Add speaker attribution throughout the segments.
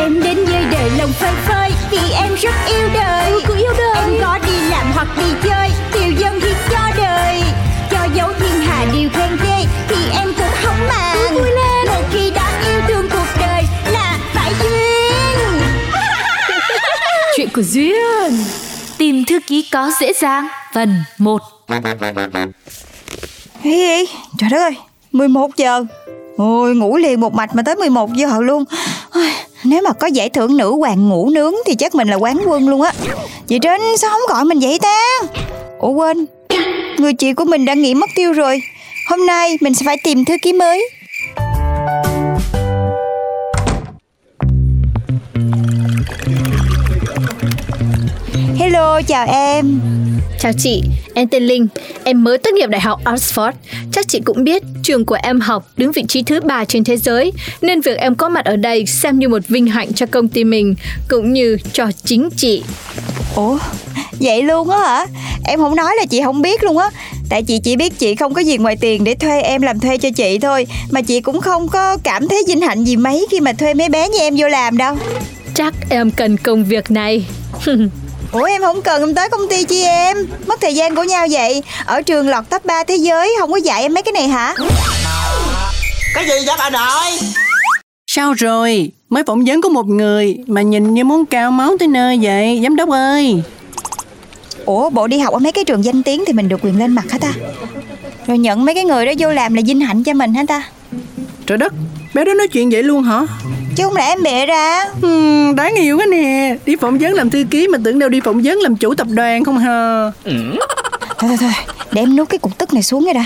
Speaker 1: Em đến với đời lòng phơi phơi Vì em rất yêu đời
Speaker 2: cứ yêu đời.
Speaker 1: Em có đi làm hoặc đi chơi Điều dân hiến cho đời Cho dấu thiên hà điều khen ghê Thì em cũng không màng vui lên Một khi đã yêu thương cuộc đời Là phải duyên
Speaker 2: Chuyện của Duyên
Speaker 3: Tìm thư ký có dễ dàng Phần 1
Speaker 4: Ê, ê, trời đất ơi, 11 giờ Ôi, ngủ liền một mạch mà tới 11 giờ luôn Ôi, Nếu mà có giải thưởng nữ hoàng ngủ nướng thì chắc mình là quán quân luôn á Chị Trinh, sao không gọi mình vậy ta? Ủa quên, người chị của mình đã nghỉ mất tiêu rồi Hôm nay mình sẽ phải tìm thư ký mới Hello, chào em
Speaker 5: Chào chị, em tên Linh, em mới tốt nghiệp Đại học Oxford. Chắc chị cũng biết, trường của em học đứng vị trí thứ ba trên thế giới, nên việc em có mặt ở đây xem như một vinh hạnh cho công ty mình, cũng như cho chính chị.
Speaker 4: Ủa vậy luôn á hả Em không nói là chị không biết luôn á Tại chị chỉ biết chị không có gì ngoài tiền để thuê em làm thuê cho chị thôi Mà chị cũng không có cảm thấy vinh hạnh gì mấy khi mà thuê mấy bé như em vô làm đâu
Speaker 5: Chắc em cần công việc này.
Speaker 4: Ủa em không cần em tới công ty chi em Mất thời gian của nhau vậy Ở trường lọt top 3 thế giới không có dạy em mấy cái này hả
Speaker 6: cái gì vậy bà nội
Speaker 7: Sao rồi? Mới phỏng vấn có một người mà nhìn như muốn cao máu tới nơi vậy, giám đốc ơi.
Speaker 4: Ủa bộ đi học ở mấy cái trường danh tiếng thì mình được quyền lên mặt hả ta Rồi nhận mấy cái người đó vô làm là vinh hạnh cho mình hả ta
Speaker 7: Trời đất, bé đó nói chuyện vậy luôn hả?
Speaker 4: Chứ không lẽ em bịa ra
Speaker 7: Ừm, đáng yêu quá nè. Đi phỏng vấn làm thư ký mà tưởng đâu đi phỏng vấn làm chủ tập đoàn không hả?
Speaker 4: Thôi thôi thôi Để em nuốt cái cục tức này xuống rồi đã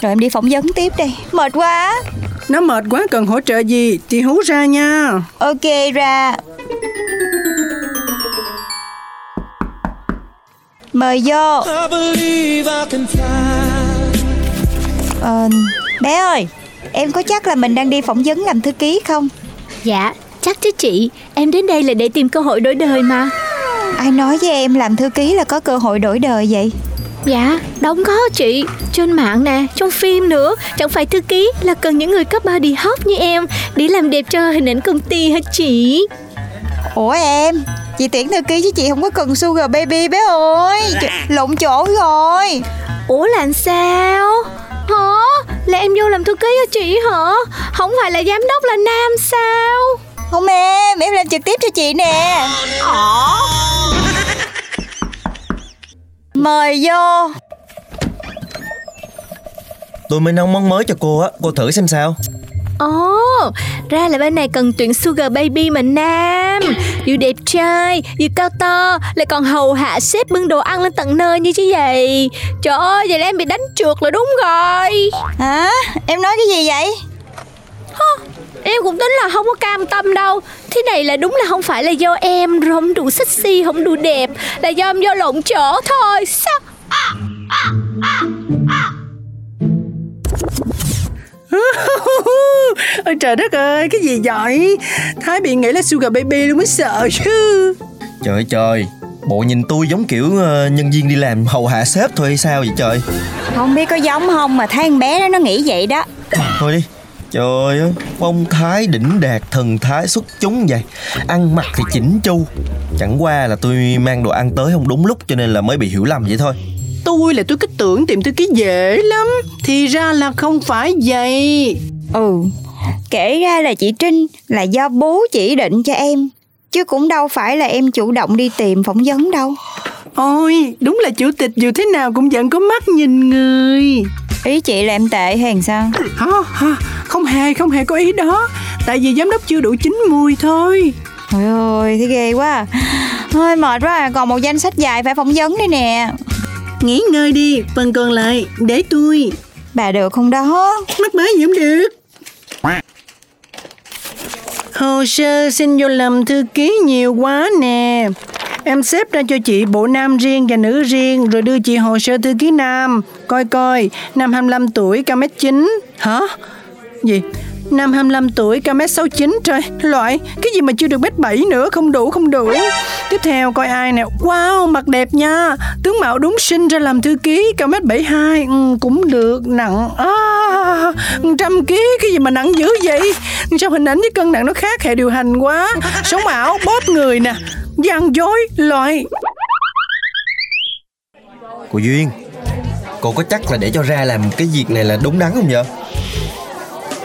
Speaker 4: Rồi em đi phỏng vấn tiếp đây Mệt quá
Speaker 7: Nó mệt quá cần hỗ trợ gì, chị hú ra nha.
Speaker 4: Ok ra Mời vô Ờ, Bé ơi Em có chắc là mình đang đi phỏng vấn làm thư ký không
Speaker 5: Dạ, chắc chứ chị, em đến đây là để tìm cơ hội đổi đời mà.
Speaker 4: Ai nói với em làm thư ký là có cơ hội đổi đời vậy
Speaker 5: Dạ, đóng có chị, trên mạng nè, trong phim nữa, chẳng phải thư ký là cần những người cấp body hot như em để làm đẹp cho hình ảnh công ty hả chị?
Speaker 4: Ủa em Chị tuyển thư ký chứ chị không có cần sugar baby bé ơi Trời, Lộn chỗ rồi
Speaker 5: Ủa là làm sao? Hả? Là em vô làm thư ký hả chị hả? Không phải là giám đốc là nam sao?
Speaker 4: Không em, em làm trực tiếp cho chị nè Ờ. Mời vô
Speaker 6: tôi mới nấu món mới cho cô á cô thử xem sao
Speaker 5: Ồ, ra là bên này cần tuyển sugar baby mà nam Vừa đẹp trai, vừa cao to Lại còn hầu hạ sếp bưng đồ ăn lên tận nơi như chứ vậy Trời ơi, vậy là em bị đánh trượt là đúng rồi
Speaker 4: Hả? Em nói cái gì vậy?
Speaker 5: Em cũng tính là không có cam tâm đâu Thế này là đúng là không phải là do em rồi Không đủ sexy, không đủ đẹp Là do em vô lộn chỗ thôi Sao?
Speaker 7: Ôi trời đất ơi, cái gì vậy? Thái bị nghĩ là sugar baby luôn mới sợ chứ.
Speaker 6: trời ơi trời bộ nhìn tôi giống kiểu ờ, nhân viên đi làm hầu hạ sếp thôi hay sao vậy trời
Speaker 4: Không biết có giống không mà thấy con bé đó nó nghĩ vậy đó
Speaker 6: thôi đi trời ơi phong thái đỉnh đạt thần thái xuất chúng vậy ăn mặc thì chỉnh chu chẳng qua là tôi mang đồ ăn tới không đúng lúc cho nên là mới bị hiểu lầm vậy thôi
Speaker 7: Tôi là tôi cứ tưởng tìm thư ký dễ lắm Thì ra là không phải vậy
Speaker 4: Ừ Kể ra là chị Trinh là do bố chỉ định cho em Chứ cũng đâu phải là em chủ động đi tìm phỏng vấn đâu
Speaker 7: Ôi, đúng là chủ tịch dù thế nào cũng vẫn có mắt nhìn người
Speaker 4: Ý chị là em tệ hay sao?
Speaker 7: hả, hả, Không hề, không hề có ý đó Tại vì giám đốc chưa đủ chín mùi thôi
Speaker 4: Trời ơi, thấy ghê quá Thôi mệt quá à, còn một danh sách dài phải phỏng vấn đây nè
Speaker 7: Nghỉ ngơi đi, phần còn lại để tôi
Speaker 4: Bà được không đó?
Speaker 7: Mắc mới gì không được Hồ sơ xin vô làm thư ký nhiều quá nè Em xếp ra cho chị bộ nam riêng và nữ riêng rồi đưa chị hồ sơ thư ký nam. Coi coi, nam 25 tuổi, cao mét 9. Hả? Gì? Nam 25 tuổi, cao mét 69 trời. Loại, cái gì mà chưa được mét 7 nữa, không đủ, không đủ. Tiếp theo coi ai nè. Wow, mặt đẹp nha. Tướng mạo đúng xinh ra làm thư ký, cao mét 72. Ừ, cũng được, nặng. À, trăm ký, cái gì mà nặng dữ vậy? Sao hình ảnh với cân nặng nó khác hệ điều hành quá. Sống ảo, bóp người nè gian dối loại
Speaker 6: Cô Duyên Cô có chắc là để cho ra làm cái việc này là đúng đắn không vậy?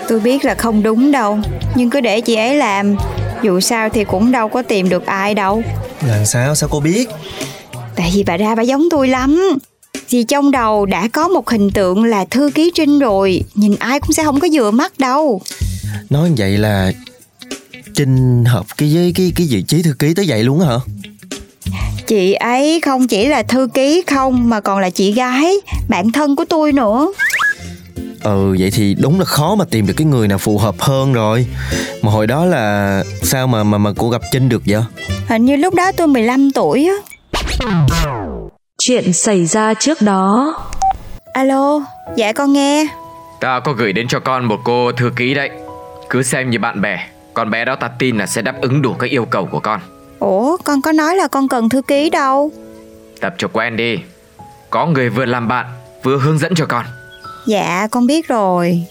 Speaker 4: Tôi biết là không đúng đâu Nhưng cứ để chị ấy làm Dù sao thì cũng đâu có tìm được ai đâu
Speaker 6: Làm sao sao cô biết?
Speaker 4: Tại vì bà ra bà giống tôi lắm Vì trong đầu đã có một hình tượng là thư ký Trinh rồi Nhìn ai cũng sẽ không có vừa mắt đâu
Speaker 6: Nói như vậy là Trinh hợp cái với cái cái vị trí thư ký tới vậy luôn á hả?
Speaker 4: Chị ấy không chỉ là thư ký không Mà còn là chị gái Bạn thân của tôi nữa
Speaker 6: Ừ vậy thì đúng là khó mà tìm được cái người nào phù hợp hơn rồi Mà hồi đó là sao mà mà mà cô gặp Trinh được vậy?
Speaker 4: Hình như lúc đó tôi 15 tuổi á
Speaker 8: Chuyện xảy ra trước đó
Speaker 4: Alo Dạ con nghe
Speaker 9: Ta có gửi đến cho con một cô thư ký đấy Cứ xem như bạn bè Con bé đó ta tin là sẽ đáp ứng đủ các yêu cầu của con
Speaker 4: Ủa con có nói là con cần thư ký đâu
Speaker 9: Tập cho quen đi Có người vừa làm bạn Vừa hướng dẫn cho con
Speaker 4: Dạ con biết rồi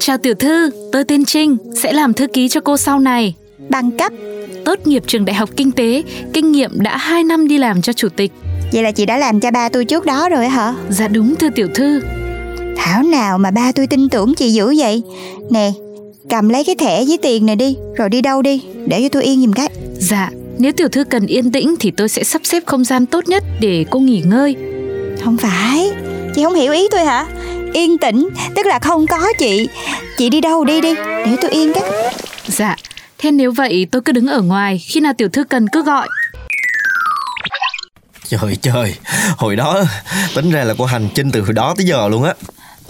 Speaker 3: Chào tiểu thư, tôi tên Trinh, sẽ làm thư ký cho cô sau này.
Speaker 4: Bằng cấp
Speaker 3: Tốt nghiệp trường Đại học Kinh tế, kinh nghiệm đã 2 năm đi làm cho chủ tịch.
Speaker 4: Vậy là chị đã làm cho ba tôi trước đó rồi hả
Speaker 3: Dạ đúng thưa tiểu thư,
Speaker 4: Thảo nào mà ba tôi tin tưởng chị dữ vậy Nè Cầm lấy cái thẻ với tiền này đi Rồi đi đâu đi Để cho tôi yên giùm cái
Speaker 3: dạ nếu tiểu thư cần yên tĩnh thì tôi sẽ sắp xếp không gian tốt nhất để cô nghỉ ngơi.
Speaker 4: Không phải Chị không hiểu ý tôi hả Yên tĩnh Tức là không có chị Chị đi đâu đi đi Để tôi yên cái
Speaker 3: Dạ, thế nếu vậy tôi cứ đứng ở ngoài, khi nào tiểu thư cần cứ gọi.
Speaker 6: Trời trời Hồi đó tính ra là cô hành Trinh từ hồi đó tới giờ luôn á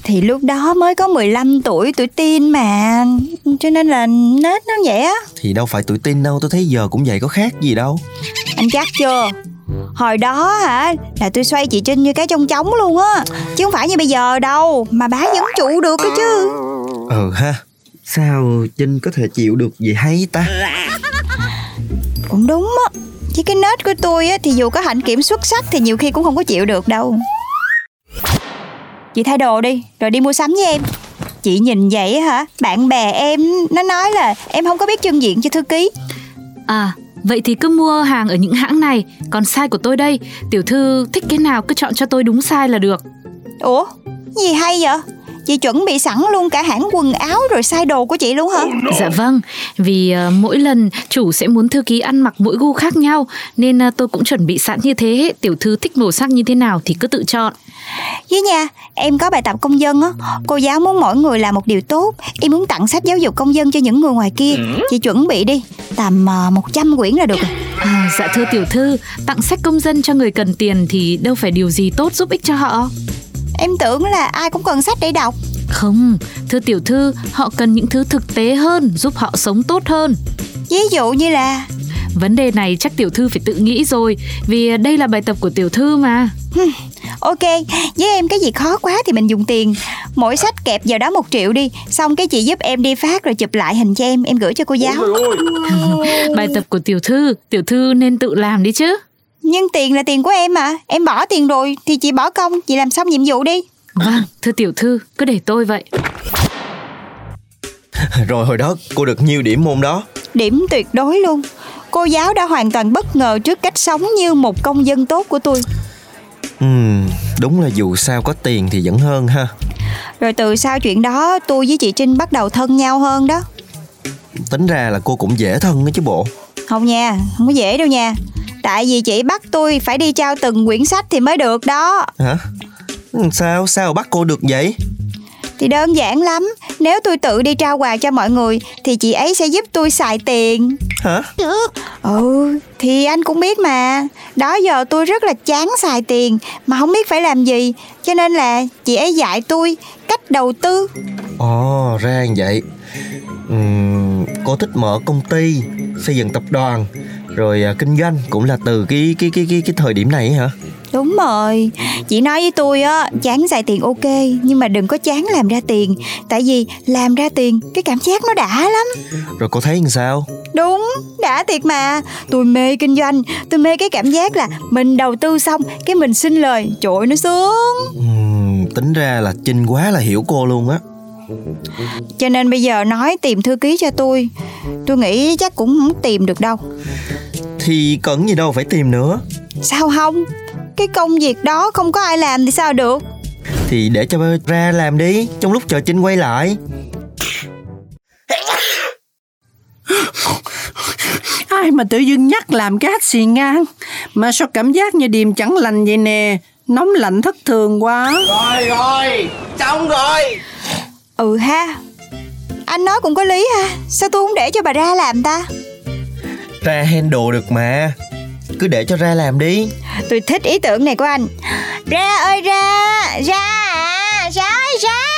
Speaker 4: Thì lúc đó mới có 15 tuổi Tuổi tin mà Cho nên là nết nó vậy á
Speaker 6: Thì đâu phải tuổi tin đâu tôi thấy giờ cũng vậy có khác gì đâu
Speaker 4: Anh chắc chưa Hồi đó hả Là tôi xoay chị Trinh như cái trong trống luôn á Chứ không phải như bây giờ đâu Mà bá vẫn trụ được cái chứ
Speaker 6: Ừ ha Sao Trinh có thể chịu được vậy hay ta?
Speaker 4: cũng đúng á chứ cái nết của tôi á thì dù có hạnh kiểm xuất sắc thì nhiều khi cũng không có chịu được đâu chị thay đồ đi rồi đi mua sắm với em chị nhìn vậy hả bạn bè em nó nói là em không có biết chân diện cho thư ký
Speaker 3: À, vậy thì cứ mua hàng ở những hãng này, còn size của tôi đây, tiểu thư thích cái nào cứ chọn cho tôi đúng size là được.
Speaker 4: ủa gì hay vậy chị chuẩn bị sẵn luôn cả hãng quần áo rồi sai đồ của chị luôn hả
Speaker 3: Dạ vâng, vì ờ, mỗi lần chủ sẽ muốn thư ký ăn mặc mỗi gu khác nhau nên ờ, tôi cũng chuẩn bị sẵn như thế, tiểu thư thích màu sắc như thế nào thì cứ tự chọn.
Speaker 4: với nha em có bài tập công dân á cô giáo muốn mỗi người làm một điều tốt em muốn tặng sách giáo dục công dân cho những người ngoài kia chị chuẩn bị đi tầm ờ, 100 quyển là được rồi
Speaker 3: À, dạ thưa tiểu thư, tặng sách công dân cho người cần tiền thì đâu phải điều gì tốt giúp ích cho họ.
Speaker 4: Em tưởng là ai cũng cần sách để đọc
Speaker 3: Không, thưa tiểu thư, họ cần những thứ thực tế hơn, giúp họ sống tốt hơn.
Speaker 4: Ví dụ như là
Speaker 3: Vấn đề này chắc tiểu thư phải tự nghĩ rồi, vì ờ, đây là bài tập của tiểu thư mà.
Speaker 4: Ok, với em cái gì khó quá thì mình dùng tiền Mỗi sách kẹp vào đó một triệu đi Xong cái chị giúp em đi phát rồi chụp lại hình cho em Em gửi cho cô giáo
Speaker 3: Bài tập của tiểu thư, tiểu thư nên tự làm đi chứ.
Speaker 4: Nhưng tiền là tiền của em mà Em bỏ tiền rồi thì chị bỏ công Chị làm xong nhiệm vụ đi
Speaker 3: Vâng, thưa tiểu thư, cứ để tôi vậy.
Speaker 6: Rồi hồi đó cô được nhiêu điểm môn đó?
Speaker 4: Điểm tuyệt đối luôn Cô giáo đã hoàn toàn bất ngờ trước cách sống như một công dân tốt của tôi
Speaker 6: Ừm, Ừ, đúng là dù sao có tiền thì vẫn hơn ha
Speaker 4: Rồi từ sau chuyện đó tôi với chị Trinh bắt đầu thân nhau hơn đó
Speaker 6: Tính ra là cô cũng dễ thân đó chứ bộ
Speaker 4: Không nha, không có dễ đâu nha Tại vì chị bắt tôi phải đi trao từng quyển sách thì mới được đó
Speaker 6: Hả? Ừ, Sao? Sao bắt cô được vậy?
Speaker 4: Thì đơn giản lắm Nếu tôi tự đi trao quà cho mọi người Thì chị ấy sẽ giúp tôi xài tiền
Speaker 6: Hả?
Speaker 4: Ừ Thì anh cũng biết mà Đó giờ tôi rất là chán xài tiền Mà không biết phải làm gì Cho nên là chị ấy dạy tôi cách đầu tư
Speaker 6: Ồ, ra như vậy Ừm, Cô thích mở công ty Xây dựng tập đoàn rồi à, kinh doanh cũng là từ cái cái cái cái cái thời điểm này ấy hả
Speaker 4: Đúng rồi, chị nói với tôi á, chán xài tiền ok, nhưng mà đừng có chán làm ra tiền, tại vì làm ra tiền cái cảm giác nó đã lắm.
Speaker 6: rồi cô thấy làm sao
Speaker 4: Đúng, đã thiệt mà. Tôi mê kinh doanh, tôi mê cái cảm giác là mình đầu tư xong cái mình xin lời, trời ơi, nó sướng.
Speaker 6: Ừm, tính ra là Trinh quá là hiểu cô luôn á
Speaker 4: Cho nên bây giờ nói tìm thư ký cho tôi, tôi nghĩ chắc cũng không tìm được đâu.
Speaker 6: thì cần gì đâu phải tìm nữa
Speaker 4: Sao không? Cái công việc đó không có ai làm thì sao được?
Speaker 6: thì để cho ba ra làm đi trong lúc chờ Trinh quay lại
Speaker 7: Ai mà tự dưng nhắc làm cái hát xì ngang Mà sao cảm giác như điềm chẳng lành vậy nè Nóng lạnh thất thường quá
Speaker 4: Ừ ha. Anh nói cũng có lý ha, sao tôi không để cho bà ra làm ta?
Speaker 6: ra handle được mà cứ để cho ra làm đi
Speaker 4: Tôi thích ý tưởng này của anh Ra ơi ra Ra à, Ra ra